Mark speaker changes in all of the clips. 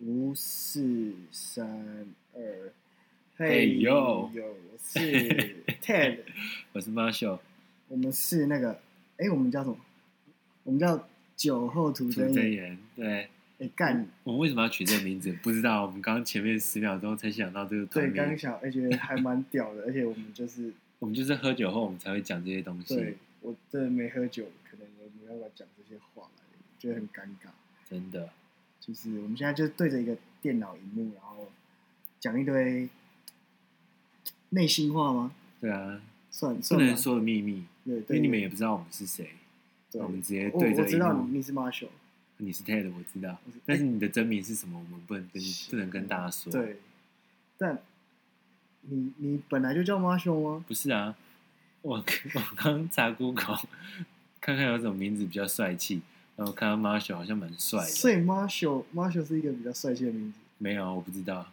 Speaker 1: 五四三二，
Speaker 2: 嘿
Speaker 1: 呦
Speaker 2: 呦，
Speaker 1: 我是 Ted，
Speaker 2: 我是 Marshall，
Speaker 1: 我们是那个，哎、我们叫什么？我们叫酒后吐
Speaker 2: 主
Speaker 1: 真
Speaker 2: 真
Speaker 1: 言。
Speaker 2: 言。对，
Speaker 1: 哎、干，
Speaker 2: 我们为什么要取这个名字？不知道，我们刚刚前面十秒钟才想到这个
Speaker 1: 对，
Speaker 2: 团
Speaker 1: 刚
Speaker 2: 名。
Speaker 1: 小，而且还蛮屌 的，而且我们就是，
Speaker 2: 我们就是喝酒后我们才会讲这些东
Speaker 1: 对
Speaker 2: 西，
Speaker 1: 我真的没喝酒，可能也没办法讲这些话来，觉得很尴尬。
Speaker 2: 真的。
Speaker 1: 就是我们现在就对着一个电脑荧幕，然后讲一堆内心话吗？
Speaker 2: 对啊，
Speaker 1: 算
Speaker 2: 不
Speaker 1: 算吧
Speaker 2: 能说的秘密，
Speaker 1: 对，
Speaker 2: 因
Speaker 1: 对
Speaker 2: 为你们也不知道我们是谁。
Speaker 1: 对
Speaker 2: 我们直接
Speaker 1: 我
Speaker 2: 对着
Speaker 1: 我知道
Speaker 2: 荧幕
Speaker 1: 你你是 Marshall，
Speaker 2: 你是 Ted，我知道
Speaker 1: 我是，
Speaker 2: 但是你的真名是什么？我们不能跟
Speaker 1: 是
Speaker 2: 不能跟大家说。，
Speaker 1: 对，但你你本来就叫 Marshall 吗？
Speaker 2: 不是啊，我我刚查 Google 看看有什么名字比较帅气，然后看到 Marshall 好像蛮帅
Speaker 1: 所
Speaker 2: 的。
Speaker 1: 以 Marshall Marshall 是一个比较帅气的名字。
Speaker 2: 没有，我不知道，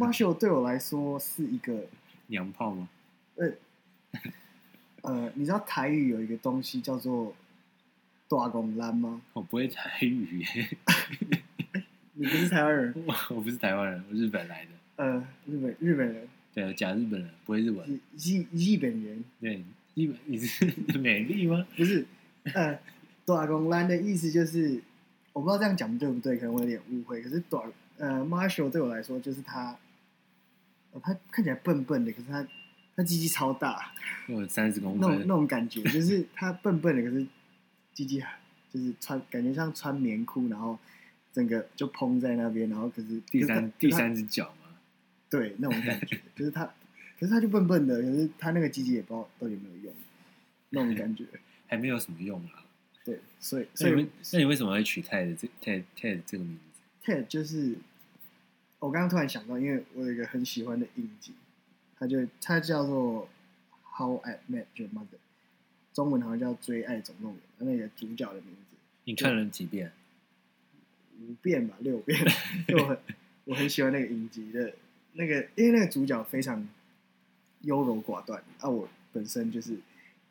Speaker 1: Marshall 对我来说是一个
Speaker 2: 娘炮吗？
Speaker 1: 呃呃，你知道台语有一个东西叫做“大公兰”吗？
Speaker 2: 我不会台语耶，
Speaker 1: 你不是台湾人，
Speaker 2: 我我不是台湾人，我日本来的，
Speaker 1: 呃，日本日本人，
Speaker 2: 对，我假日本人，不会日文。
Speaker 1: 日日日本人，
Speaker 2: 对，日本你是美丽吗？
Speaker 1: 不是，呃，短公兰的意思就是，我不知道这样讲对不对，可能我有点误会。可是短呃，Marshall 对我来说就是他，呃他看起来笨笨的，可是他他鸡鸡超大，
Speaker 2: 我三十公
Speaker 1: 那种
Speaker 2: 分
Speaker 1: 那，种感觉，就是他笨笨的，可是鸡鸡就是穿感觉像穿棉裤，然后整个就蓬在那边，然后可是
Speaker 2: 第三
Speaker 1: 可是他
Speaker 2: 第三只脚吗？
Speaker 1: 对那种感觉， 就是他，可是他就笨笨的，可是他那个鸡鸡也不知道到底有没有用，那种感觉。
Speaker 2: 还没有什么用啊。
Speaker 1: 对，所以
Speaker 2: 那
Speaker 1: 所以
Speaker 2: 哎你为那你为什么会取 Ted 这 Ted Ted 这个名字？
Speaker 1: Ted 就是我刚刚突然想到，因为我有一个很喜欢的影集，它就它叫做《How I Met Your Mother》，中文好像叫《追爱总动员》，它那个主角的名字
Speaker 2: 你看了几遍？
Speaker 1: 五遍吧，六遍， 因为我很我很喜欢那个影集的那个，因为那个主角非常优柔寡断，啊，我本身就是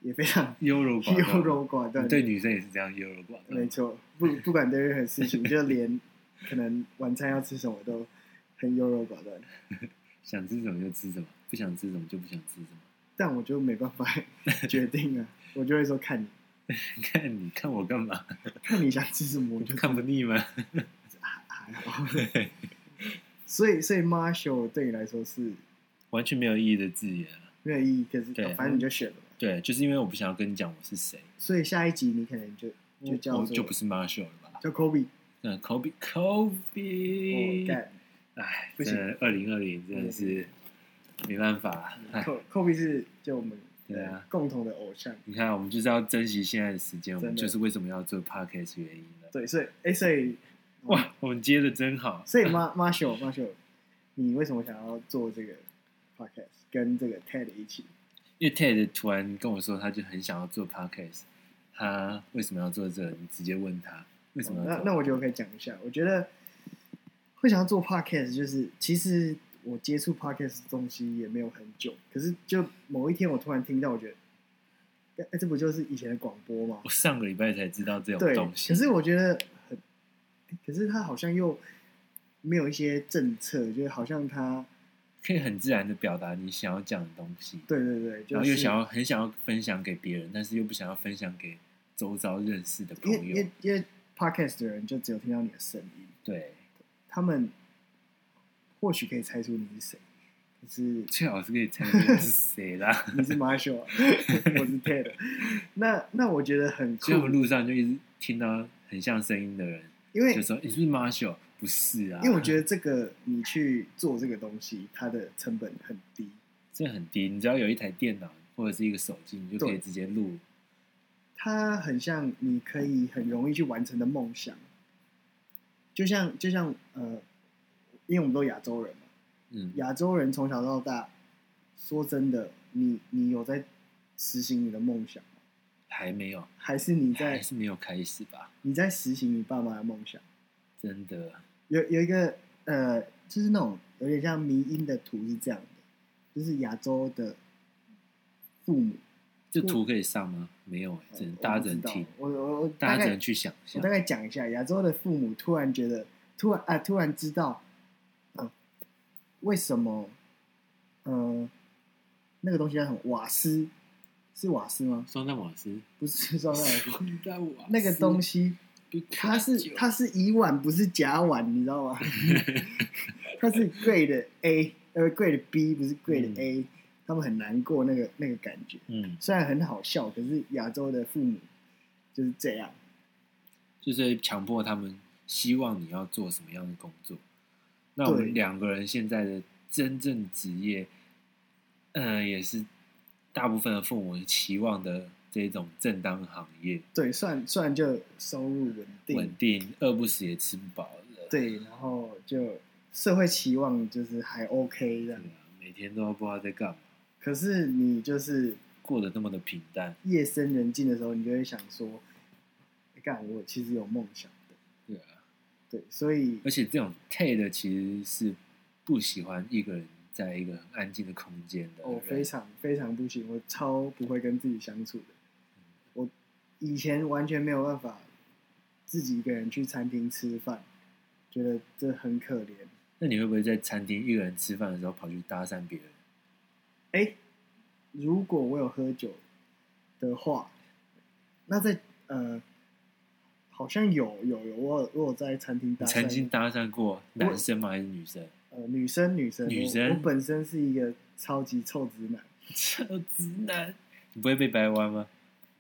Speaker 1: 也非常
Speaker 2: 优柔寡断，
Speaker 1: 优柔寡断，
Speaker 2: 你对女生也是这样优柔寡断。
Speaker 1: 没错，不不管对任何事情，就连可能晚餐要吃什么都很优柔寡断，
Speaker 2: 想吃什么就吃什么，不想吃什么就不想吃什么。
Speaker 1: 但我就没办法 决定啊，我就会说看你
Speaker 2: 看你看我干嘛？
Speaker 1: 看你想吃什么，我就
Speaker 2: 看不腻吗？
Speaker 1: 还好。 所以所以 Marshall 对你来说是
Speaker 2: 完全没有意义的字眼啊。
Speaker 1: 没有意义，可是
Speaker 2: 对嗯
Speaker 1: 反正你就选了嘛。
Speaker 2: 对，就是因为我不想要跟你讲我是谁，
Speaker 1: 所以下一集你可能就就叫
Speaker 2: 我
Speaker 1: 做
Speaker 2: 就不是 Marshall 了吧？
Speaker 1: 叫 Kobe，
Speaker 2: 那 Kobe
Speaker 1: 我
Speaker 2: Kobe，
Speaker 1: 哦干
Speaker 2: 哎，
Speaker 1: 不行
Speaker 2: 真的，二零二零真的是没办法。哎，
Speaker 1: Ko- Kobe 是就我们
Speaker 2: 对啊
Speaker 1: 共同的偶像。
Speaker 2: 你看，我们就是要珍惜现在的时间，我
Speaker 1: 真
Speaker 2: 们
Speaker 1: 的
Speaker 2: 就是为什么要做 podcast 原因了。
Speaker 1: 对，所以哎，所以
Speaker 2: 哇，我们接的真好。
Speaker 1: 所以 Ma Marshall Marshall，你为什么想要做这个 podcast 跟这个 TED 一起？
Speaker 2: 因为 Ted 突然跟我说，他就很想要做 podcast，他为什么要做这个？你直接问他为什么要
Speaker 1: 哦那
Speaker 2: 做。
Speaker 1: 那我觉得我可以讲一下，我觉得会想要做 podcast，就是其实我接触 podcast 的东西也没有很久，可是就某一天我突然听到，我觉得，哎、这不就是以前的广播吗
Speaker 2: 我？上个礼拜才知道这种
Speaker 1: 对，
Speaker 2: 东西。
Speaker 1: 可是我觉得很，可是它好像又没有一些政策，就是好像它，
Speaker 2: 可以很自然的表达你想要讲的东西，
Speaker 1: 对对对，就
Speaker 2: 然后
Speaker 1: 是
Speaker 2: 又想要很想要分享给别人，但是又不想要分享给周遭认识的
Speaker 1: 因为
Speaker 2: 朋
Speaker 1: 因
Speaker 2: 友
Speaker 1: 为。因为 podcast 的人就只有听到你的声音，
Speaker 2: 对，
Speaker 1: 他们或许可以猜出你是谁，可是
Speaker 2: 最好是可以猜出我是谁啦。
Speaker 1: 你是 Marshall，啊我是 Ted。那那我觉得很酷
Speaker 2: 所以，我们路上就一直听到很像声音的人，
Speaker 1: 因为
Speaker 2: 就说你是不是 Marshall？不是啊，
Speaker 1: 因为我觉得这个你去做这个东西，它的成本很低。
Speaker 2: 这很低，你只要有一台电脑或者是一个手机，你就可
Speaker 1: 对
Speaker 2: 以直接录。
Speaker 1: 它很像你可以很容易去完成的梦想，就像就像呃，因为我们都亚洲人嘛，
Speaker 2: 嗯，
Speaker 1: 亚洲人从小到大，说真的，你你有在实行你的梦想吗，
Speaker 2: 还没有，
Speaker 1: 还是你在
Speaker 2: 还是没有开始吧？
Speaker 1: 你在实行你爸妈的梦想？
Speaker 2: 真的，
Speaker 1: 有有一个呃，就是那种有点像迷音的图是这样的，就是亚洲的父母，
Speaker 2: 这图可以上吗？没有、欸，只能
Speaker 1: 呃
Speaker 2: 大家
Speaker 1: 我不
Speaker 2: 只能
Speaker 1: 知道
Speaker 2: 听，
Speaker 1: 我我我
Speaker 2: 大
Speaker 1: 大
Speaker 2: 家只
Speaker 1: 概
Speaker 2: 能去想
Speaker 1: 我
Speaker 2: 象
Speaker 1: 大。概讲一下，亚洲的父母突然觉得，突然啊、突然知道，呃，为什么，呃，那个东西叫什么瓦斯？是瓦斯吗？
Speaker 2: 双蛋瓦斯，
Speaker 1: 不是双蛋瓦斯， 那
Speaker 3: 那
Speaker 1: 个东西
Speaker 3: 西
Speaker 1: 它是它是乙烷，不是甲烷，你知道 吗？它是贵的 A，呃，贵的 B，不是贵的 A，、他们很难过那个那个感觉。
Speaker 2: 嗯，
Speaker 1: 虽然很好笑，可是亚洲的父母就是这样。
Speaker 2: 就是强迫他们希望你要做什么样的工作。那我
Speaker 1: 对
Speaker 2: 们两个人现在的真正职业，呃，也是大部分的父母期望的这种正当行业，
Speaker 1: 对，算算就收入稳定，
Speaker 2: 稳定，饿不死也吃不饱的。
Speaker 1: 对，然后就社会期望就是还 OK 这
Speaker 2: 对
Speaker 1: 样
Speaker 2: 啊。，每天都不知道在干嘛，
Speaker 1: 可是你就是
Speaker 2: 过得那么的平淡。
Speaker 1: 夜深人静的时候，你就会想说，诶干、我其实有梦想的。
Speaker 2: 对啊，
Speaker 1: 对，所以
Speaker 2: 而且这种 t 的其实是不喜欢一个人在一个很安静的空间的人。
Speaker 1: 我哦非常非常不行，我超不会跟自己相处的。我以前完全没有办法自己一个人去餐厅吃饭，觉得这很可怜。
Speaker 2: 那你会不会在餐厅一个人吃饭的时候跑去搭讪别人？
Speaker 1: 哎、如果我有喝酒的话，那在呃，好像有有有，我有我有在餐厅搭
Speaker 2: 你
Speaker 1: 讪
Speaker 2: 曾经搭讪过男生吗？还是 女生？
Speaker 1: 呃女生女生
Speaker 2: 女
Speaker 1: 我
Speaker 2: 生
Speaker 1: 我本身是一个超级臭直男。
Speaker 2: 臭直男，你不会被掰弯吗？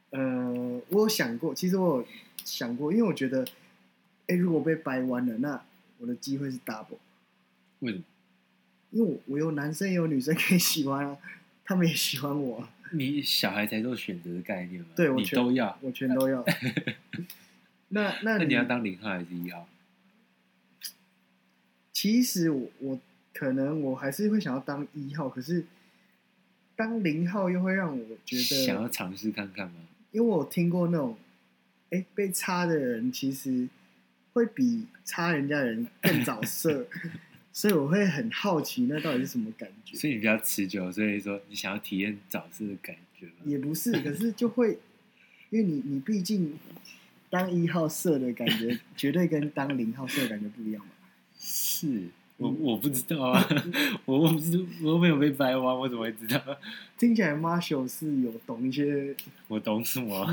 Speaker 1: 呃，我有想过，其实我有想过，因为我觉得，哎、如果被掰弯了，那我的机会是 double，
Speaker 2: 为什么？
Speaker 1: 因为我我有男生也有女生可以喜欢啊， 他们也喜欢我、啊，
Speaker 2: 你小孩才做选择的概念嘛，
Speaker 1: 对我
Speaker 2: 你
Speaker 1: 全
Speaker 2: 都要。
Speaker 1: 我全都要。 那那
Speaker 2: 那
Speaker 1: 你
Speaker 2: 你要当零号还是一号？
Speaker 1: 其实我我可能我还是会想要当一号，可是当零号又会让我觉
Speaker 2: 想要
Speaker 1: 得，
Speaker 2: 尝试看看吗？
Speaker 1: 因为我听过那种，哎、被插的人其实会比插人家的人更早射，所以我会很好奇那到底是什么感觉。
Speaker 2: 所以你比较持久，所以说你想要体验早市的感觉吗？
Speaker 1: 也不是，可是就会，因为你你毕竟当一号射的感觉，绝对跟当零号射的感觉不一样嘛。
Speaker 2: 是我
Speaker 1: 嗯
Speaker 2: 我不知道啊， 我我不知我没有被掰弯，我怎么会知道？
Speaker 1: 听起来 Marshall 是有懂一些
Speaker 2: 我懂什么？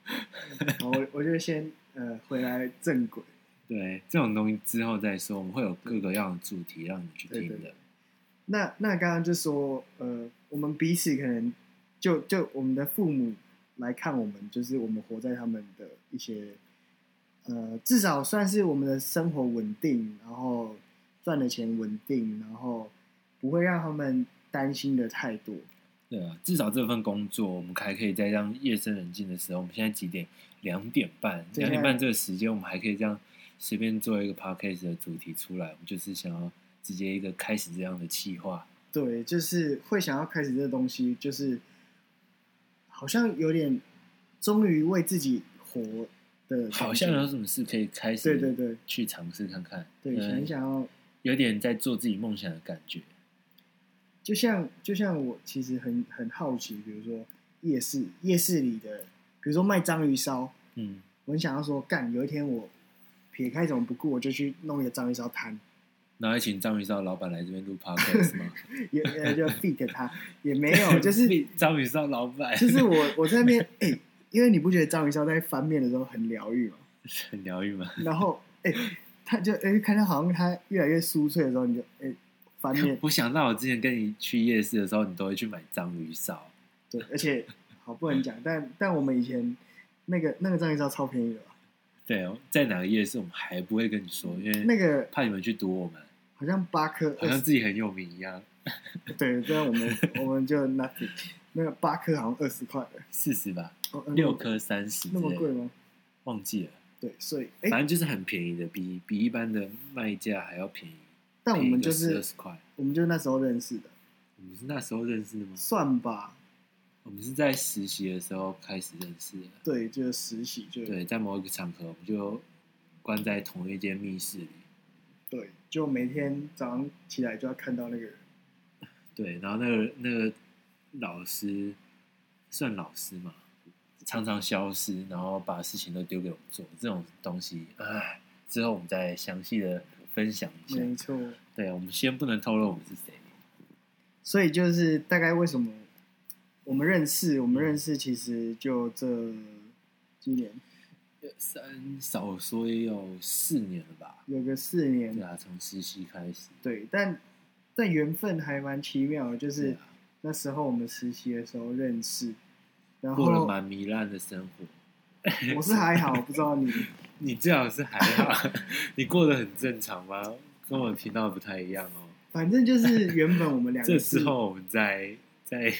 Speaker 1: 好，我我就先呃回来正轨。
Speaker 2: 对，这种东西之后再说，我们会有各个样的主题让你去
Speaker 1: 对
Speaker 2: 听
Speaker 1: 对
Speaker 2: 的。
Speaker 1: 那那刚刚就说呃，我们彼此可能就就我们的父母来看我们，就是我们活在他们的一些呃，至少算是我们的生活稳定，然后赚的钱稳定，然后不会让他们担心的太多。
Speaker 2: 对啊，至少这份工作，我们还可以在这样夜深人静的时候，我们现在几点？两点半，
Speaker 1: 对
Speaker 2: 两点半这个时间，我们还可以这样随便做一个 podcast 的主题出来，我们就是想要直接一个开始这样的企划。
Speaker 1: 对，就是会想要开始这东西，就是好像有点终于为自己活的感觉，
Speaker 2: 好像有什么事可以开始，
Speaker 1: 对对对
Speaker 2: 去尝试看看。嗯
Speaker 1: 对，很想要。
Speaker 2: 有点在做自己梦想的感觉。
Speaker 1: 就像就像我其实很很好奇，比如说夜市夜市里的，比如说卖章鱼烧，
Speaker 2: 嗯，
Speaker 1: 我很想要说，干有一天我撇开怎么不顾，我就去弄一个章鱼烧摊，
Speaker 2: 然后请章鱼烧老板来这边录 podcast 吗？
Speaker 1: 也呃就 feed 他，也 没有，就是
Speaker 2: 章鱼烧老板，
Speaker 1: 就是我我在那边哎、因为你不觉得章鱼烧在翻面的时候很疗愈吗？
Speaker 2: 很疗愈吗？
Speaker 1: 然后哎、他就哎、看他好像他越来越酥脆的时候，你就哎、翻面
Speaker 2: 我想到我之前跟你去夜市的时候，你都会去买章鱼烧，
Speaker 1: 对，而且好不能讲，但但我们以前那个那个章鱼烧超便宜的吧，
Speaker 2: 对，在哪个夜市我们还不会跟你说，因为
Speaker 1: 那个
Speaker 2: 怕你们去堵我们，
Speaker 1: 好像八颗
Speaker 2: 好
Speaker 1: 二
Speaker 2: 像
Speaker 1: 十
Speaker 2: 自己很有名一样。
Speaker 1: 对，这样我们我们就 nothing。那个八颗好像二十块的，
Speaker 2: 四十吧，
Speaker 1: 哦
Speaker 2: 六颗三十，
Speaker 1: 那么贵？吗？
Speaker 2: 忘记了，
Speaker 1: 对，所以哎、
Speaker 2: 反正就是很便宜的，比比一般的卖价还要便宜。
Speaker 1: 但我们就
Speaker 2: 二
Speaker 1: 是
Speaker 2: 十块，
Speaker 1: 我们就那时候认识的，
Speaker 2: 我们是那时候认识的吗？
Speaker 1: 算吧，
Speaker 2: 我们是在实习的时候开始认识的。
Speaker 1: 对，就是实习，就
Speaker 2: 对，在某一个场合，我们就关在同一间密室里。
Speaker 1: 对，就每天早上起来就要看到那个人，
Speaker 2: 对，然后那个那个老师算老师嘛，常常消失，然后把事情都丢给我们做，这种东西，唉，之后我们再详细的分享一下。
Speaker 1: 没错。
Speaker 2: 对，我们先不能透露我们是谁。
Speaker 1: 所以就是大概为什么我们认识，我们认识其实就这几年，
Speaker 2: 三少说也有四年了吧？
Speaker 1: 有个四
Speaker 2: 对
Speaker 1: 年，
Speaker 2: 啊，从实习开始。
Speaker 1: 对，但但缘分还蛮奇妙的，就
Speaker 2: 对
Speaker 1: 是
Speaker 2: 啊，
Speaker 1: 那时候我们实习的时候认识，然
Speaker 2: 过了
Speaker 1: 后
Speaker 2: 蛮糜烂的生活。
Speaker 1: 我是还好，我不知道你，
Speaker 2: 你最好是还好， 你过得很正常吗？跟我听到的不太一样哦。
Speaker 1: 反正就是原本我们两
Speaker 2: 这
Speaker 1: 个
Speaker 2: 时
Speaker 1: 是，
Speaker 2: 候我们在 在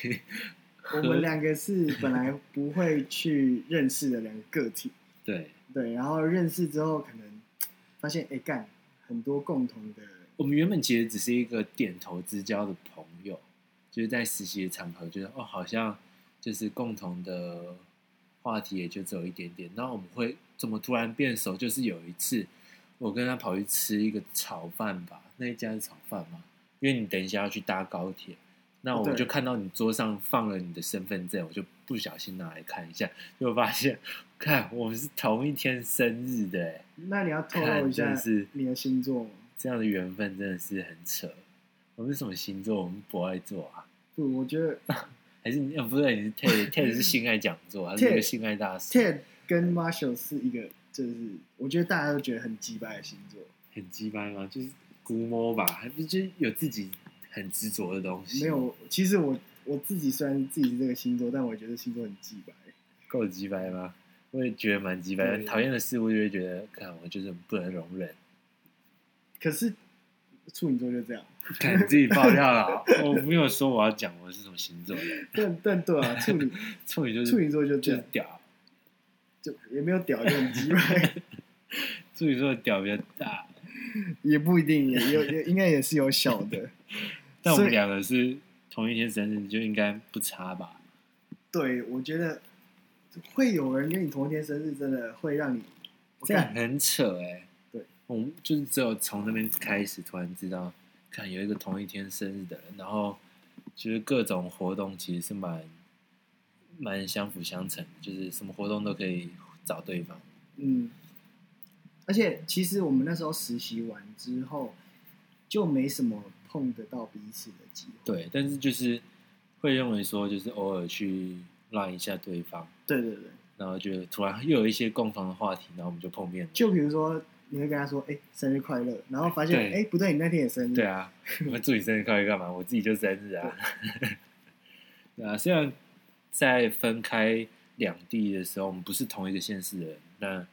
Speaker 1: 我们两个是本来不会去认识的两个个体，
Speaker 2: 对，
Speaker 1: 对，然后认识之后可能发现，哎干，很多共同的，
Speaker 2: 我们原本其实只是一个点头之交的朋友，就是在实习的场合，觉得哦，好像就是共同的话题也就只有一点点。然后我们会怎么突然变熟？就是有一次我跟他跑去吃一个炒饭吧，那一家是炒饭吗？因为你等一下要去搭高铁，那我
Speaker 1: 对
Speaker 2: 就看到你桌上放了你的身份证，我就不小心拿来看一下，就发现，看我们是同一天生日的、欸，
Speaker 1: 那你要透
Speaker 2: 看
Speaker 1: 露一
Speaker 2: 真
Speaker 1: 下
Speaker 2: 的是
Speaker 1: 你的星座吗？
Speaker 2: 这样的缘分真的是很扯。我们是什么星座？我们不爱做啊？
Speaker 1: 不，我觉得
Speaker 2: 还是你、呃不对？你是 Ted，Ted 是性爱讲座，啊他是一个
Speaker 1: Ted-
Speaker 2: 性爱大师
Speaker 1: Ted 跟 Marshall 是一个，就是我觉得大家都觉得很鸡掰的星座，
Speaker 2: 很鸡掰吗？就是估摸吧，还不就是有自己很执着的东西？
Speaker 1: 没有。其实我我自己虽然自己是这个星座，但我觉得星座很鸡掰。
Speaker 2: 够鸡掰吗？我也觉得蛮鸡掰的，
Speaker 1: 对
Speaker 2: 讨厌的事物就会觉得，看我就是不能容 忍。
Speaker 1: 可是处女座就 这样，
Speaker 2: 看你自己爆料 了，我没有说我要讲我是什么星座的，
Speaker 1: 但但对啊，处女
Speaker 2: 处 女就是
Speaker 1: 处女座就这
Speaker 2: 就是
Speaker 1: 样，
Speaker 2: 屌，
Speaker 1: 就也没有屌，就很鸡 掰，
Speaker 2: 处女座的屌比较大，
Speaker 1: 也不一定，也有也应该也是有小 的。
Speaker 2: 但我
Speaker 1: 所
Speaker 2: 们
Speaker 1: 以
Speaker 2: 两个是同一天生日，就应该不差吧？
Speaker 1: 对，我觉得会有人跟你同一天生日，真的会让你
Speaker 2: 这样很扯哎、
Speaker 1: 对，
Speaker 2: 我们就是只有从那边开始，突然知道，看有一个同一天生日的人，然后就是各种活动其实是蛮蛮相辅相成的，就是什么活动都可以找对方。
Speaker 1: 嗯，而且其实我们那时候实习完之后，就没什么碰得到彼此的机会。
Speaker 2: 对，但是就是会认为说，就是偶尔去让一下对方，
Speaker 1: 对对对，
Speaker 2: 然后就突然又有一些共同的话题，然后我们就碰面了。
Speaker 1: 就比如说你会跟他说：“哎、生日快乐！”然后发现：“
Speaker 2: 对
Speaker 1: 哎、不对，你那天也生日。”
Speaker 2: 对，啊，我们祝你生日快乐干嘛？我自己就生日啊。 对啊，虽然在分开两地的时候，我们不是同一个县市的人，那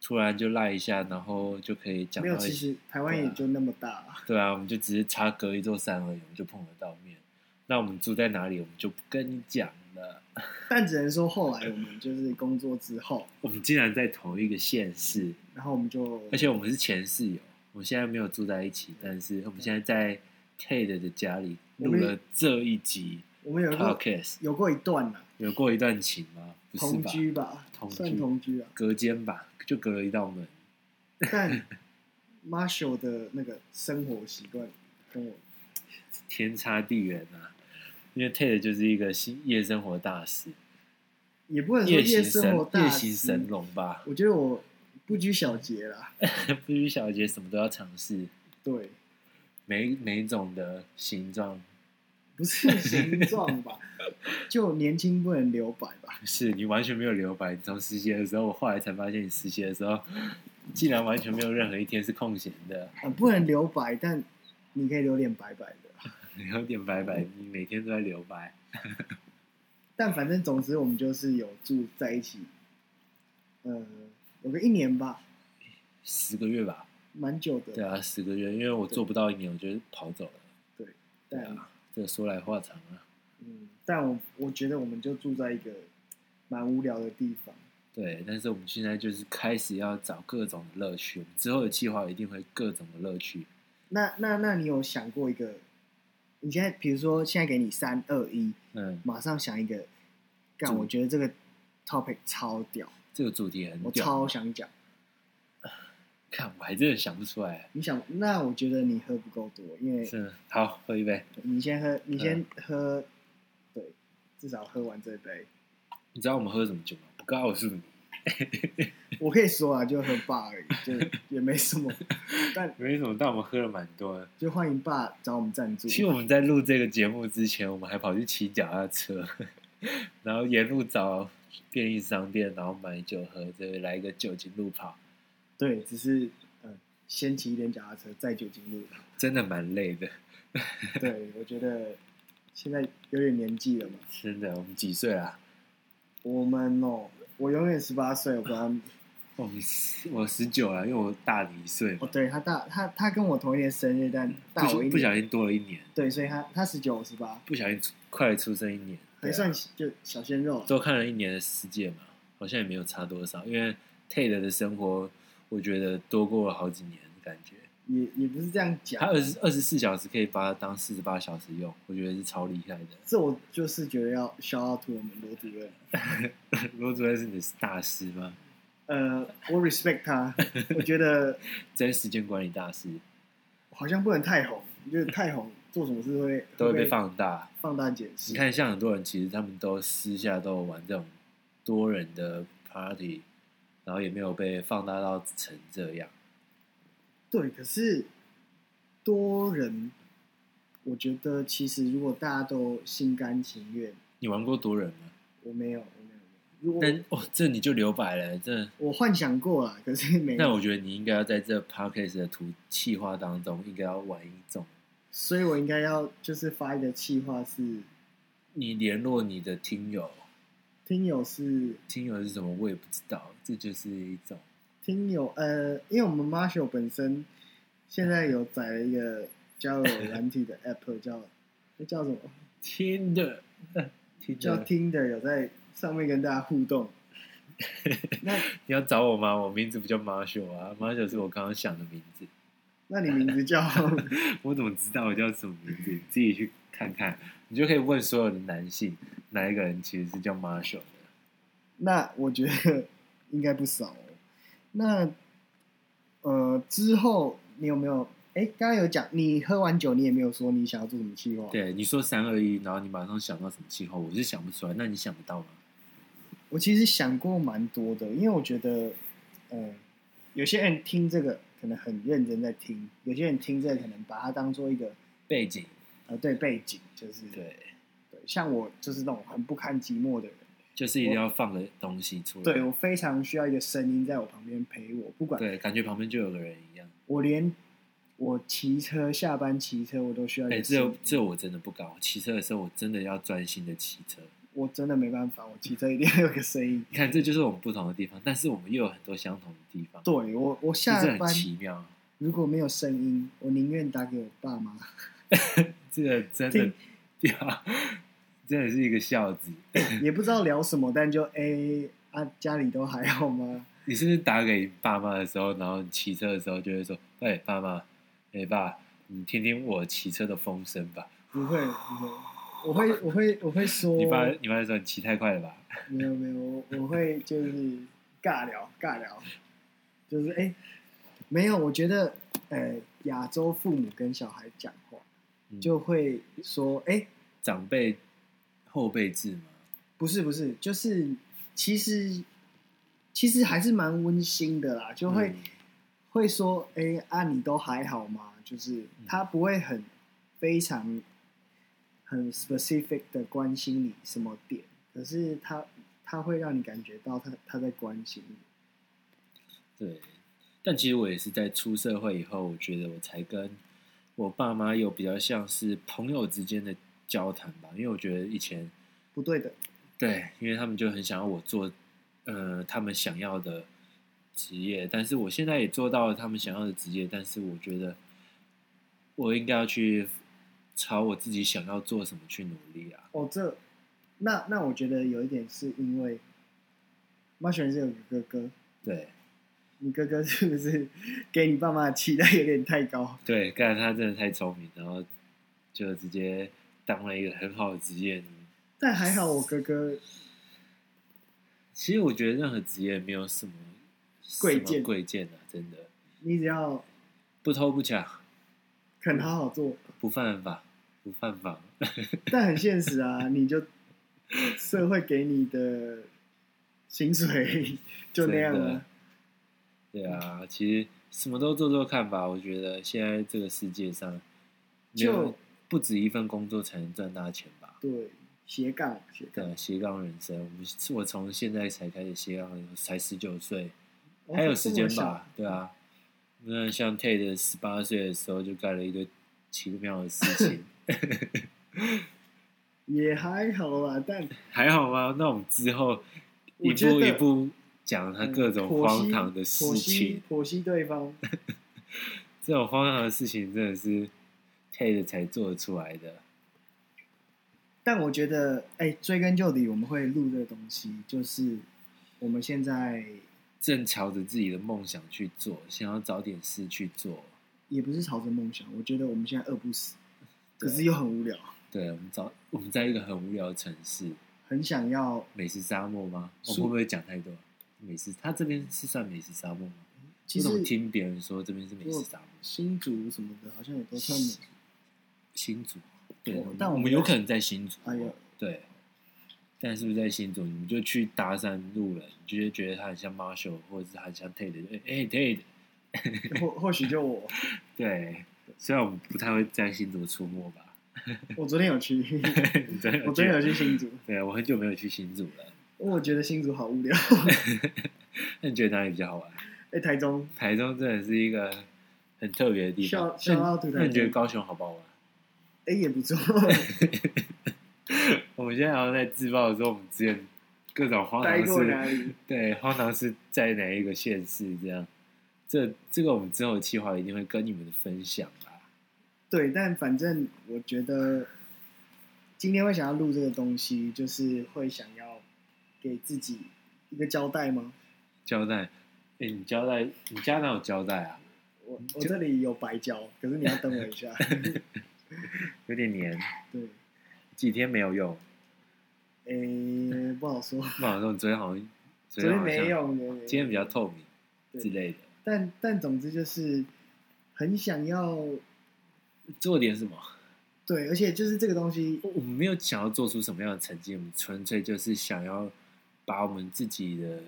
Speaker 2: 突然就赖一下，然后就可以讲
Speaker 1: 没
Speaker 2: 到啊
Speaker 1: 有，
Speaker 2: 一
Speaker 1: 其
Speaker 2: 起。
Speaker 1: 实台湾也就那么大。
Speaker 2: 对啊，我们就只是差隔一座山而已，我们就碰得到面。那我们住在哪里，我们就不跟你讲了。
Speaker 1: 但只能说后来我们就是工作之后，
Speaker 2: 我们竟然在同一个县市，
Speaker 1: 然后我们就
Speaker 2: 而且我们是前室友，我们现在没有住在一起，但是我们现在在 Ted 的家里
Speaker 1: 我
Speaker 2: 录
Speaker 1: 们
Speaker 2: 了这一集。
Speaker 1: 我们有过
Speaker 2: Podcast
Speaker 1: 有过一段呐，
Speaker 2: 有过一段情吗？不是
Speaker 1: 同
Speaker 2: 吧？
Speaker 1: 居吧，
Speaker 2: 同居。
Speaker 1: 算同居啊
Speaker 2: 隔间吧，就隔了一道门。
Speaker 1: 但 Marshall 的那个生活习惯跟我
Speaker 2: 天差地远啊！因为 Ted 就是一个新夜生活大师，
Speaker 1: 也不能说
Speaker 2: 夜
Speaker 1: 夜
Speaker 2: 行
Speaker 1: 生
Speaker 2: 神
Speaker 1: 活大
Speaker 2: 夜
Speaker 1: 师
Speaker 2: 行神龙哎吧。
Speaker 1: 我觉得我不拘小节啦，
Speaker 2: 不拘小节，什么都要尝试，
Speaker 1: 对，
Speaker 2: 每每一种的形状。
Speaker 1: 不是形状吧， 就年轻不能留白吧。
Speaker 2: 是你完全没有留白。你从实习的时候，我后来才发现，你实习的时候 竟然完全没有任何一天是空闲的，
Speaker 1: 啊，不能留白，但你可以留点白白的。
Speaker 2: 有点白白，你每天都在留白。
Speaker 1: 但反正总之，我们就是有住在一起，呃，有个一年吧，
Speaker 2: 十个月吧，
Speaker 1: 蛮久的。
Speaker 2: 对啊，十个月，因为我做不到一年，我就跑走了。
Speaker 1: 但、
Speaker 2: 啊，这说来话长啊。
Speaker 1: 嗯，但我我觉得我们就住在一个蛮无聊的地方。
Speaker 2: 对，但是我们现在就是开始要找各种的乐趣，我们之后的计划一定会各种的乐趣。
Speaker 1: 那那那你有想过一个？你现在比如说，现在给你三二一，
Speaker 2: 嗯，
Speaker 1: 马上想一个，干，
Speaker 2: 主
Speaker 1: 我觉得这个 topic 超屌，
Speaker 2: 这个主题很
Speaker 1: 我
Speaker 2: 屌，
Speaker 1: 超想讲。
Speaker 2: 看我还真的想不出来。
Speaker 1: 你想，那我觉得你喝不够多，因为
Speaker 2: 是，好，喝一杯。
Speaker 1: 你先喝，你先喝，对，至少喝完这杯。
Speaker 2: 你知道我们喝什么酒吗？不告诉你，
Speaker 1: 我可以说啊，就喝爸而已，就也没什么。但
Speaker 2: 没什么，但我们喝了蛮多的。
Speaker 1: 就欢迎爸找我们赞助
Speaker 2: 其。实我们在录这个节目之前，我们还跑去骑脚踏车， 然后沿路找便利商店，然后买酒喝，这个来一个酒精路跑，
Speaker 1: 对，只是呃，先骑一点脚踏车，再酒精路跑。
Speaker 2: 真的蛮累的。
Speaker 1: 对，我觉得现在有点年纪了嘛。
Speaker 2: 真的，我们几岁啊？
Speaker 1: 我们哦，我永远十八岁，我跟他们
Speaker 2: 我们哦十我十九了，因为我大你一岁
Speaker 1: 哦，
Speaker 2: 嘛，
Speaker 1: 对他大他他跟我同一年生日，但
Speaker 2: 不
Speaker 1: 大我
Speaker 2: 小
Speaker 1: 一
Speaker 2: 不小
Speaker 1: 年。
Speaker 2: 心多了一年，
Speaker 1: 对，所以他他十九，我十八，
Speaker 2: 不小心出快出生一年，对
Speaker 1: 还
Speaker 2: 啊
Speaker 1: 算就小鲜肉。
Speaker 2: 多看了一年的世界嘛，好像也没有差多少，因为 Tate 的生活，我觉得多过了好几年，感觉
Speaker 1: 也也不是这样讲
Speaker 2: 他，二十二十四小时可以把它当四十八小时用，我觉得是超厉害的。
Speaker 1: 这我就是觉得要消耗图我们罗主任。
Speaker 2: 罗主任是你的大师吗？
Speaker 1: 呃，我 respect 他，我觉得
Speaker 2: 真时间管理大师
Speaker 1: 好像不能太红，就是太红做什么事会
Speaker 2: 都会被
Speaker 1: 放
Speaker 2: 放大。
Speaker 1: 放大解
Speaker 2: 你
Speaker 1: 释。
Speaker 2: 看，像很多人其实他们都私下都有玩这种多人的 party，然后也没有被放大到成这样。
Speaker 1: 对，可是多人，我觉得其实如果大家都心甘情愿，
Speaker 2: 你玩过多人吗？
Speaker 1: 我没有，我没有。如果
Speaker 2: 但哦，这你就留白了，这。
Speaker 1: 我幻想过了，可是没
Speaker 2: 那
Speaker 1: 有，
Speaker 2: 我觉得你应该要在这 podcast 的图企划当中，应该要玩一种
Speaker 1: 所以我应该要就是发一个计划是，
Speaker 2: 你联络你的听友，
Speaker 1: 听友是
Speaker 2: 听友是什么我也不知道，这就是一种
Speaker 1: 听友，呃，因为我们 Marshall 本身现在有载了一个交友软体的 app，叫那叫什么？
Speaker 2: 听的 听
Speaker 1: 叫
Speaker 2: 的。
Speaker 1: Tinder，有在上面跟大家互 动。那
Speaker 2: 你要找我吗？我名字不叫 Marshall 啊，Marshall 是我刚刚想的名字。
Speaker 1: 那你名字叫？
Speaker 2: 我怎么知道我叫什么名字？你自己去看看，你就可以问所有的男性，哪一个人其实是叫 Marshall 的。
Speaker 1: 那我觉得应该不少、哦。那呃，之后你有没有？哎，刚刚有讲，你喝完酒，你也没有说你想要做什么计划。，
Speaker 2: 对，你说三二一，然后你马上想到什么气候，我是想不出来。那你想得到吗？
Speaker 1: 我其实想过蛮多的，因为我觉得，呃，有些人听这个可能很认真在听，有些人听这个可能把它当做一个
Speaker 2: 背景
Speaker 1: 呃对背景，就是
Speaker 2: 对，
Speaker 1: 对像我就是那种很不堪寂寞的人。
Speaker 2: 就是一定要放个东西出来。
Speaker 1: 对我非常需要一个声音在我旁边陪我，不管
Speaker 2: 对，感觉旁边就有个人一样。
Speaker 1: 我连我骑车下班骑车我都需要
Speaker 2: 哎、
Speaker 1: 一个声
Speaker 2: 这
Speaker 1: 音，
Speaker 2: 这我真的不敢。我骑车的时候，我真的要专心的骑车。
Speaker 1: 我真的没办法，我骑车一定要有个声音。
Speaker 2: 你看，这就是我们不同的地方，但是我们又有很多相同的地方，
Speaker 1: 对我，我
Speaker 2: 这
Speaker 1: 下
Speaker 2: 是很
Speaker 1: 班
Speaker 2: 奇妙。
Speaker 1: 如果没有声音，我宁愿打给我爸 妈。
Speaker 2: 这个真的 啊
Speaker 1: 听，
Speaker 2: 真的是一个孝子。
Speaker 1: 也不知道聊什么，但就哎、啊，家里都还好吗？
Speaker 2: 你是不是打给爸妈的时候，然后你骑车的时候就会说：“哎、爸妈，哎、爸，你听听我骑车的风声吧。
Speaker 1: 不会，不会，我会，我会，我会说，
Speaker 2: 你爸你爸说：“你骑太快了吧
Speaker 1: 没有没有，我我会就是尬聊尬聊，就是哎、没有，我觉得呃，亚洲父母跟小孩讲话？”
Speaker 2: 嗯
Speaker 1: 就会说，哎、
Speaker 2: 长辈后辈制嘛，
Speaker 1: 不是不是，就是其实其实还是蛮温馨的啦，就会、
Speaker 2: 嗯
Speaker 1: 会说，哎、啊，你都还好吗？就是
Speaker 2: 嗯
Speaker 1: 他不会很非常很 specific 的关心你什么点，可是他他会让你感觉到他他在关心你。
Speaker 2: 对，但其实我也是在出社会以后，我觉得我才跟我爸妈有比较像是朋友之间的交谈吧，因为我觉得以前
Speaker 1: 不对的，
Speaker 2: 对，因为他们就很想要我做，呃，他们想要的职业，但是我现在也做到了他们想要的职业，但是我觉得我应该要去朝我自己想要做什么去努力啊。
Speaker 1: 哦，这那那我觉得有一点是因为马雪人是有个哥哥，
Speaker 2: 对
Speaker 1: 你哥哥是不是给你爸妈的期待有点太高？
Speaker 2: 对，干他真的太聪明，然后就直接当了一个很好的职业。
Speaker 1: 但还好我哥哥
Speaker 2: 其实我觉得任何职业没有什么
Speaker 1: 贵
Speaker 2: 什
Speaker 1: 贱
Speaker 2: 么贵贱啊，真的
Speaker 1: 你只要
Speaker 2: 不偷不抢，
Speaker 1: 肯好好做，
Speaker 2: 不犯法，不犯法。
Speaker 1: 但很现实啊，你就社会给你的薪水就那样啊
Speaker 2: 真
Speaker 1: 了
Speaker 2: 的。对
Speaker 1: 嗯
Speaker 2: 啊，其实什么都做做看吧。我觉得现在这个世界上，没有
Speaker 1: 就
Speaker 2: 不止一份工作才能赚大钱吧？
Speaker 1: 对，斜杠斜杠，
Speaker 2: 对，斜杠人生，我们我从现在才开始斜杠人生，才十九岁，
Speaker 1: 哦
Speaker 2: 还有时间吧？对啊，那像 Ted 十八岁的时候就干了一堆奇妙的事 情，
Speaker 1: 也还好啦，但
Speaker 2: 还好吗？那我们之后一
Speaker 1: 我觉
Speaker 2: 步
Speaker 1: 得
Speaker 2: 一步讲他
Speaker 1: 嗯
Speaker 2: 各种
Speaker 1: 剖析
Speaker 2: 荒唐的事
Speaker 1: 剖
Speaker 2: 情
Speaker 1: 析，剖析对方，
Speaker 2: 这种荒唐的事情真的是 Ted 才做得出来的。
Speaker 1: 但我觉得，哎、追根究底，我们会录这个东西，就是我们现在
Speaker 2: 正朝着自己的梦想去做，想要找点事去做。
Speaker 1: 也不是朝着梦想，我觉得我们现在饿不死，可
Speaker 2: 对
Speaker 1: 是又很无聊，
Speaker 2: 对，我们找我们在一个很无聊的城市，
Speaker 1: 很想要。
Speaker 2: 美食沙漠吗？我
Speaker 1: 是
Speaker 2: 会不会讲太多？美食，它这边是算美食沙漠吗？
Speaker 1: 其
Speaker 2: 我怎么
Speaker 1: 实
Speaker 2: 听别人说这边是美食沙漠？
Speaker 1: 新竹什么的，好像也都算美
Speaker 2: 新竹，对，
Speaker 1: 我
Speaker 2: 们
Speaker 1: 但我
Speaker 2: 我
Speaker 1: 们
Speaker 2: 们
Speaker 1: 在
Speaker 2: 有可能在新竹，
Speaker 1: 哎呦
Speaker 2: 对。但是不是在新竹，你们就去搭讪路人，你就会觉得他很像 Marshall，或者是他很像 Ted，就哎、哎 Ted，
Speaker 1: 或或许就我，
Speaker 2: 对。虽然我们不太会在新竹出没吧，
Speaker 1: 我昨天有去，
Speaker 2: 你真的有
Speaker 1: 我昨天
Speaker 2: 去
Speaker 1: 有去新竹，
Speaker 2: 对，我很久没有去新竹了。
Speaker 1: 我觉得新竹好无聊。
Speaker 2: 那你觉得哪里比较好玩？
Speaker 1: 哎、台中
Speaker 2: 台中真的是一个很特别的地方。
Speaker 1: 笑
Speaker 2: 那
Speaker 1: 笑到吐
Speaker 2: 你
Speaker 1: 痰
Speaker 2: 那你觉得高雄好不好玩？
Speaker 1: 哎、也不 错，
Speaker 2: 我们现在好像在自爆的时候，我们之前各种 荒
Speaker 1: 待
Speaker 2: 唐
Speaker 1: 过哪
Speaker 2: 事，
Speaker 1: 里？
Speaker 2: 对，荒唐事在哪一个县市这样？这这个我们之后的计划一定会跟你们的分享啦。
Speaker 1: 对，但反正我觉得今天会想要录这个东西，就是会想要给自己一个交代吗？
Speaker 2: 胶带，哎、你胶带，你家哪有胶带啊？
Speaker 1: 我我这里有白胶，可是你要等我一 下。
Speaker 2: 有点黏，
Speaker 1: 对，
Speaker 2: 几天没有用。
Speaker 1: 哎、不好说，
Speaker 2: 不好说，昨天好像
Speaker 1: 昨天
Speaker 2: 啊好像
Speaker 1: 没，用的，
Speaker 2: 今天比较透明之
Speaker 1: 对。
Speaker 2: 类的。
Speaker 1: 但但总之就是很想要，
Speaker 2: 做点什么？
Speaker 1: 对，而且就是这个东西，
Speaker 2: 我们没有想要做出什么样的成绩，我们纯粹就是想要把我们自己的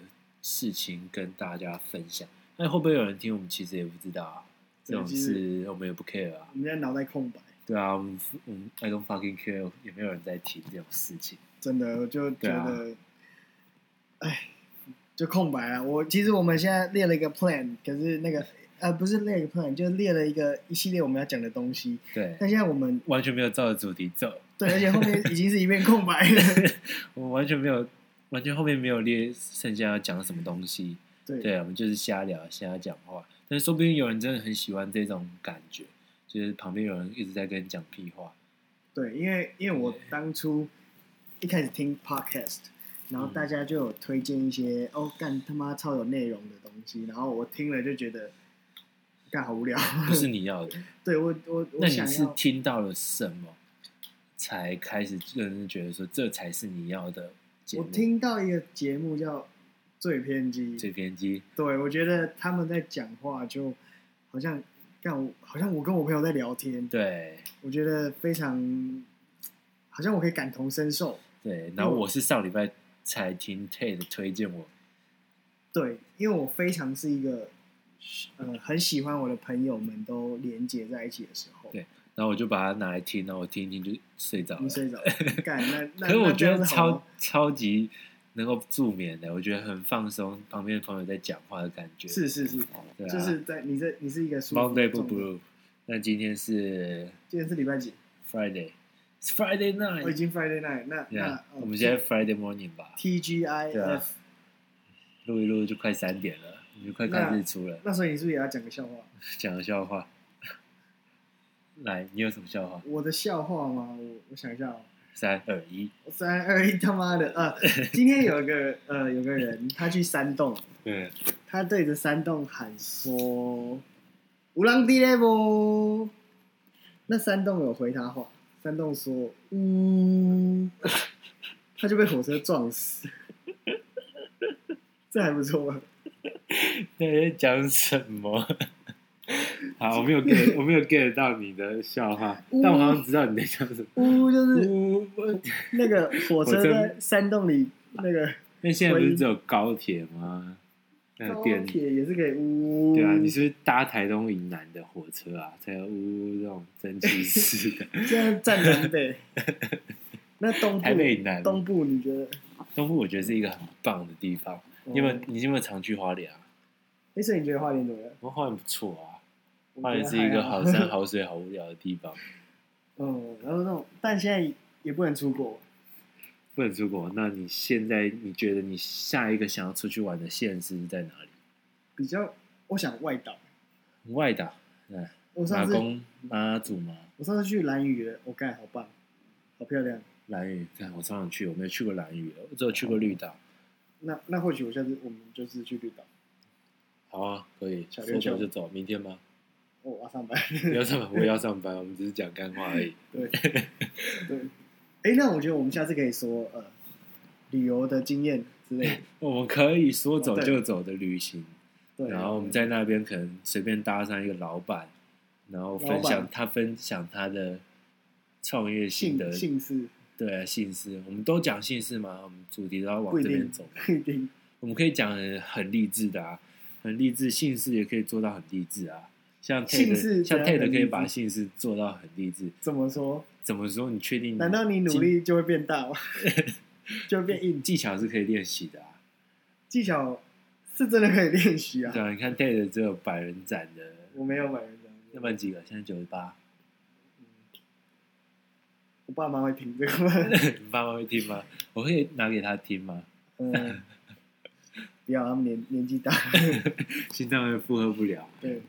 Speaker 2: 事情跟大家分享。那会不会有人听？我们其实也不知道啊，这种
Speaker 1: 对其
Speaker 2: 事我们也不 care 啊
Speaker 1: 我。们在脑袋空白，
Speaker 2: 对啊，我们我们 I don't fucking care，也没有人在听这种事情。
Speaker 1: 真的，我就觉
Speaker 2: 对啊
Speaker 1: 得，哎、就空白啊。我其实我们现在列了一个 plan，可是那个呃不是列了一个 plan，就列了一个一系列我们要讲的东西。
Speaker 2: 对，
Speaker 1: 但现在我们
Speaker 2: 完全没有照着主题走，
Speaker 1: 对，而且后面已经是一片空白了。
Speaker 2: 我们完全没有，完全后面没有列剩下要讲什么东西。
Speaker 1: 对，
Speaker 2: 对啊，我们就是瞎聊、瞎讲话。但是说不定有人真的很喜欢这种感觉，就是旁边有人一直在跟你讲屁话。
Speaker 1: 对，因为因为我当初一开始听 podcast，然后大家就有推荐一些、
Speaker 2: 嗯
Speaker 1: 哦干他妈超有内容的东西，然后我听了就觉得干好无聊。
Speaker 2: 不是你要的。
Speaker 1: 对我我
Speaker 2: 那
Speaker 1: 嗯我
Speaker 2: 你
Speaker 1: 想
Speaker 2: 是
Speaker 1: 要
Speaker 2: 听到了什么，才开始认真觉得说这才是你要的节
Speaker 1: 我
Speaker 2: 目？
Speaker 1: 听到一个节目叫《最偏激》，
Speaker 2: 这边机
Speaker 1: 对我觉得他们在讲话就好像干我好像我跟我朋友在聊天，
Speaker 2: 对
Speaker 1: 我觉得非常好像我可以感同身受。
Speaker 2: 对，然后
Speaker 1: 嗯
Speaker 2: 我是上礼拜才听 Ted 推荐我，
Speaker 1: 对，因为我非常是一个呃很喜欢我的朋友们都连接在一起的时候，
Speaker 2: 对然后我就把它拿来听，然后我听一听就睡着
Speaker 1: 你
Speaker 2: 了。
Speaker 1: 睡着了干那那
Speaker 2: 可是我
Speaker 1: 那这
Speaker 2: 觉
Speaker 1: 样
Speaker 2: 得
Speaker 1: 子好
Speaker 2: 超
Speaker 1: 吗
Speaker 2: 超级能够助眠的，我觉得很放松，旁边的朋友在讲话的感觉。
Speaker 1: 是是是，
Speaker 2: 对啊
Speaker 1: 就是在你这你是一个舒服的
Speaker 2: Monday 不
Speaker 1: 状态
Speaker 2: blue，那今天是
Speaker 1: 今天是礼拜几？
Speaker 2: Friday，It's Friday
Speaker 1: 我已
Speaker 2: night，
Speaker 1: 经 Friday night，那那
Speaker 2: Yeah，
Speaker 1: 呃
Speaker 2: 我们现在 Friday morning 吧。对啊
Speaker 1: TGIF，
Speaker 2: 录一录就快三点了，我们就快看日出了，
Speaker 1: 那所以你是不是也要讲个笑话？
Speaker 2: 讲个笑话。 来，你有什么笑话？
Speaker 1: 我的笑话吗？我我想一下哦。
Speaker 2: 三二一，
Speaker 1: 三二一，他妈的！ 呃，今天有一个呃，有个人他去山洞，
Speaker 2: 嗯，
Speaker 1: 他对着山洞喊说：“有人伫咧无？”那山洞有回他话，山洞说：“呜。” 他就被火车撞死。 这还不错吧？
Speaker 2: 那在讲什么？好，我没有 get，我没有 get 到你的笑话，
Speaker 1: 呜
Speaker 2: 但我好像知道你在讲什么。
Speaker 1: 呜，就是
Speaker 2: 呜，
Speaker 1: 那个火车在山洞里那个
Speaker 2: 那现在不是只有高铁吗？那个电
Speaker 1: 高铁也是可以呜呜。
Speaker 2: 对啊，你是不是搭台东以南的火车啊，才有呜呜这种蒸汽式 的。
Speaker 1: 现在站南 北，那东部
Speaker 2: 台北以南
Speaker 1: 东部你觉得？
Speaker 2: 东部我觉得是一个很棒的地方。你有没有
Speaker 1: 嗯？
Speaker 2: 你有没有常去花莲啊？
Speaker 1: 哎，所以你觉得花莲怎么样？
Speaker 2: 我花莲不错啊，
Speaker 1: 我
Speaker 2: 花莲
Speaker 1: 觉
Speaker 2: 是
Speaker 1: 得
Speaker 2: 一个
Speaker 1: 还
Speaker 2: 好 山好水好无聊的地方，
Speaker 1: 嗯，然后那种，但现在也不能出国。
Speaker 2: 不能出国。那你现在你觉得你下一个想要出去玩的县市是在哪里？
Speaker 1: 比较，我想外岛。
Speaker 2: 外岛，嗯，
Speaker 1: 我
Speaker 2: 马
Speaker 1: 上次
Speaker 2: 公马祖吗？
Speaker 1: 我上次去蓝屿了，我盖好棒，好漂亮。
Speaker 2: 蓝屿，看我常常去，我没有去过蓝屿，我只有去过绿岛。
Speaker 1: 那那或许我下次我们就是去绿岛，
Speaker 2: 好啊，可以，
Speaker 1: 小
Speaker 2: 说
Speaker 1: 琉球
Speaker 2: 走就走，明天吗？
Speaker 1: 哦我要上 班。
Speaker 2: 不要上班，我也要上班，我们只是讲干话而已。
Speaker 1: 对对，哎、那我觉得我们下次可以说呃旅游的经验之类的。
Speaker 2: 我们可以说走就走的旅行，
Speaker 1: 对，
Speaker 2: 然后我们在那边可能随便搭上一个老板，然后分
Speaker 1: 老
Speaker 2: 享
Speaker 1: 板
Speaker 2: 他分享他的创业心得
Speaker 1: 姓，姓氏
Speaker 2: 对啊，姓氏，我们都讲姓氏嘛，我们主题都要
Speaker 1: 不
Speaker 2: 往
Speaker 1: 一
Speaker 2: 这边
Speaker 1: 定
Speaker 2: 走嘛。
Speaker 1: 不一定。
Speaker 2: 我们可以讲很很励志的啊，很励志，姓氏也可以做到很励志啊。像
Speaker 1: 姓氏
Speaker 2: Ted，像
Speaker 1: 怎样
Speaker 2: Ted
Speaker 1: 很励志
Speaker 2: 可以把姓氏做到很励志。
Speaker 1: 怎么说？
Speaker 2: 怎么说？你确定？
Speaker 1: 难道你努力就会变大 吗？就会变硬？
Speaker 2: 技巧是可以练习的啊？
Speaker 1: 技巧是真的可以练习啊
Speaker 2: 对。啊，你看 Ted 只有百人斩的，
Speaker 1: 我没有买人
Speaker 2: 要
Speaker 1: 家，
Speaker 2: 不然几个？现在九十八，
Speaker 1: 嗯我爸妈会听这个 吗？
Speaker 2: 你爸妈会听吗？我可以拿给他听吗？
Speaker 1: 嗯，不要，他们年年 纪大。
Speaker 2: 心脏会负荷不了，
Speaker 1: 对，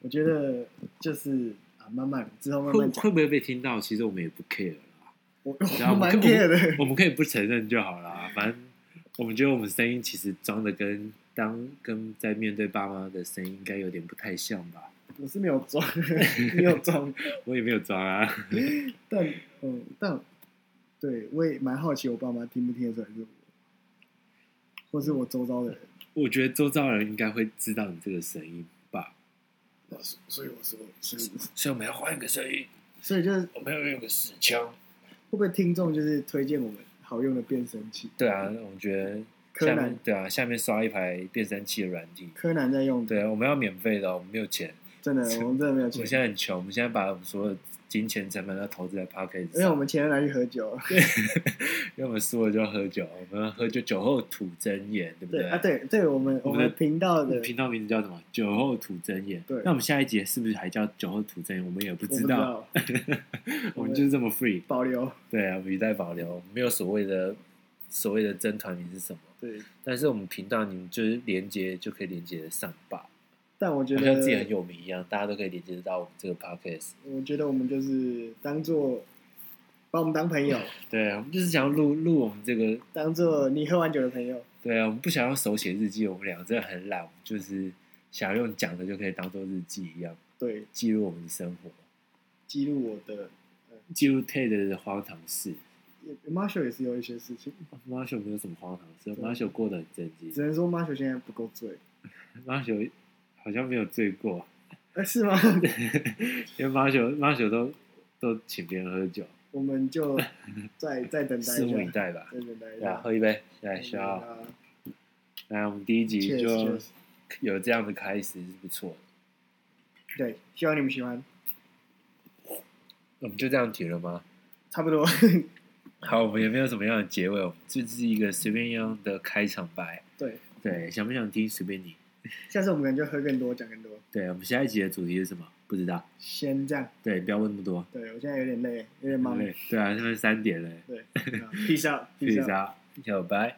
Speaker 1: 我觉得就是啊，慢慢之后慢
Speaker 2: 会
Speaker 1: 慢 讲。
Speaker 2: 会不会被听到？其实我们也不 care 啦，
Speaker 1: 我
Speaker 2: 然后
Speaker 1: 我
Speaker 2: 我们
Speaker 1: 蛮
Speaker 2: 根本
Speaker 1: care 的，
Speaker 2: 我们可以不承认就好啦。反正我们觉得我们声音其实装的跟当跟在面对爸妈的声音应该有点不太像吧？
Speaker 1: 我是没有装，没有装，
Speaker 2: 我也没有装啊，
Speaker 1: 但嗯，但对我也蛮好奇，我爸妈听不听得出来是我，或是我周遭的人。
Speaker 2: 我觉得周遭人应该会知道你这个声音吧？
Speaker 1: 那所所以我说，所以
Speaker 2: 所以我们要换一个声音，
Speaker 1: 所以就是会
Speaker 2: 我们要用个死腔。
Speaker 1: 不会听众就是推荐我们好用的变声器？
Speaker 2: 对啊，我觉得
Speaker 1: 柯
Speaker 2: 下
Speaker 1: 南
Speaker 2: 面对啊，下面刷一排变声器的软体。
Speaker 1: 柯南在用的，
Speaker 2: 对啊，我们要免费的哦，我们没有钱。
Speaker 1: 真的，我们真的没有
Speaker 2: 我
Speaker 1: 钱
Speaker 2: 们，现在很穷，我们现在把我们所有金钱成本都投资在 p o c k e t
Speaker 1: 因为我们钱都拿去喝酒了。
Speaker 2: 因为我们输了就要喝酒，我们要喝酒酒后吐真言，对不
Speaker 1: 对
Speaker 2: 对
Speaker 1: 啊，对对，我们
Speaker 2: 我
Speaker 1: 我
Speaker 2: 们的
Speaker 1: 们频道
Speaker 2: 我
Speaker 1: 的
Speaker 2: 们频道名字叫什么？酒后吐真言。
Speaker 1: 对
Speaker 2: 那我们下一节是不是还叫酒后吐真言？我们也不
Speaker 1: 我不
Speaker 2: 知
Speaker 1: 知
Speaker 2: 道，
Speaker 1: 道
Speaker 2: 我们就是这么 free。
Speaker 1: 保 留，
Speaker 2: 对啊，我们语带保留，没有所谓的所谓的真团名是什么，
Speaker 1: 对，
Speaker 2: 但是我们频道你们就是连接就可以连接得上吧，
Speaker 1: 但我觉
Speaker 2: 就
Speaker 1: 得
Speaker 2: 像自己很有名一样，大家都可以连接得到我们这个 podcast。
Speaker 1: 我觉得我们就是当做把我们当朋 友，
Speaker 2: 对啊，我们就是想要录录我们这个
Speaker 1: 当做你喝完酒的朋友。
Speaker 2: 对啊，我们不想要手写日记，我们两个真的很懒，我们就是想要用讲的就可以当做日记一样
Speaker 1: 对，
Speaker 2: 记录我们的生活，
Speaker 1: 记录我的
Speaker 2: 记录 Ted 的荒唐事。
Speaker 1: 也，Marshall 也是有一些事情，
Speaker 2: Marshall 没有什么荒唐事
Speaker 1: 对
Speaker 2: ，Marshall 过得很正
Speaker 1: 只
Speaker 2: 经
Speaker 1: 能说 Marshall 现在不够醉，
Speaker 2: ，Marshall 好像没有醉过，
Speaker 1: 呃，是吗？
Speaker 2: 因为 Marshall Marshall 都都请别人喝酒，
Speaker 1: 我们 就再再等待
Speaker 2: 拭目
Speaker 1: 一
Speaker 2: 以
Speaker 1: 下，
Speaker 2: 待吧。
Speaker 1: 再等待一
Speaker 2: 对啊，
Speaker 1: 下。
Speaker 2: 喝一杯，来，需要，
Speaker 1: 啊，
Speaker 2: 来，我们第一集
Speaker 1: Cheers，
Speaker 2: 就
Speaker 1: cheers
Speaker 2: 有这样的开始是不错的，
Speaker 1: 对，希望你们喜欢，
Speaker 2: 我们就这样停了吗？
Speaker 1: 差不多。
Speaker 2: 好，我们也没有什么样的结尾，我们就是一个随便一样的开场白。
Speaker 1: 对，
Speaker 2: 对，想不想听随便你。
Speaker 1: 下次我们可能就喝更多，讲更多。
Speaker 2: 对，我们下一集的主题是什么？不知道。
Speaker 1: 先这样，
Speaker 2: 对，不要问那么多。
Speaker 1: 对我现在有点累，有点忙。
Speaker 2: 对啊，现在三点了，
Speaker 1: 对，啊 peace out，peace out
Speaker 2: 谢谢大家，小拜。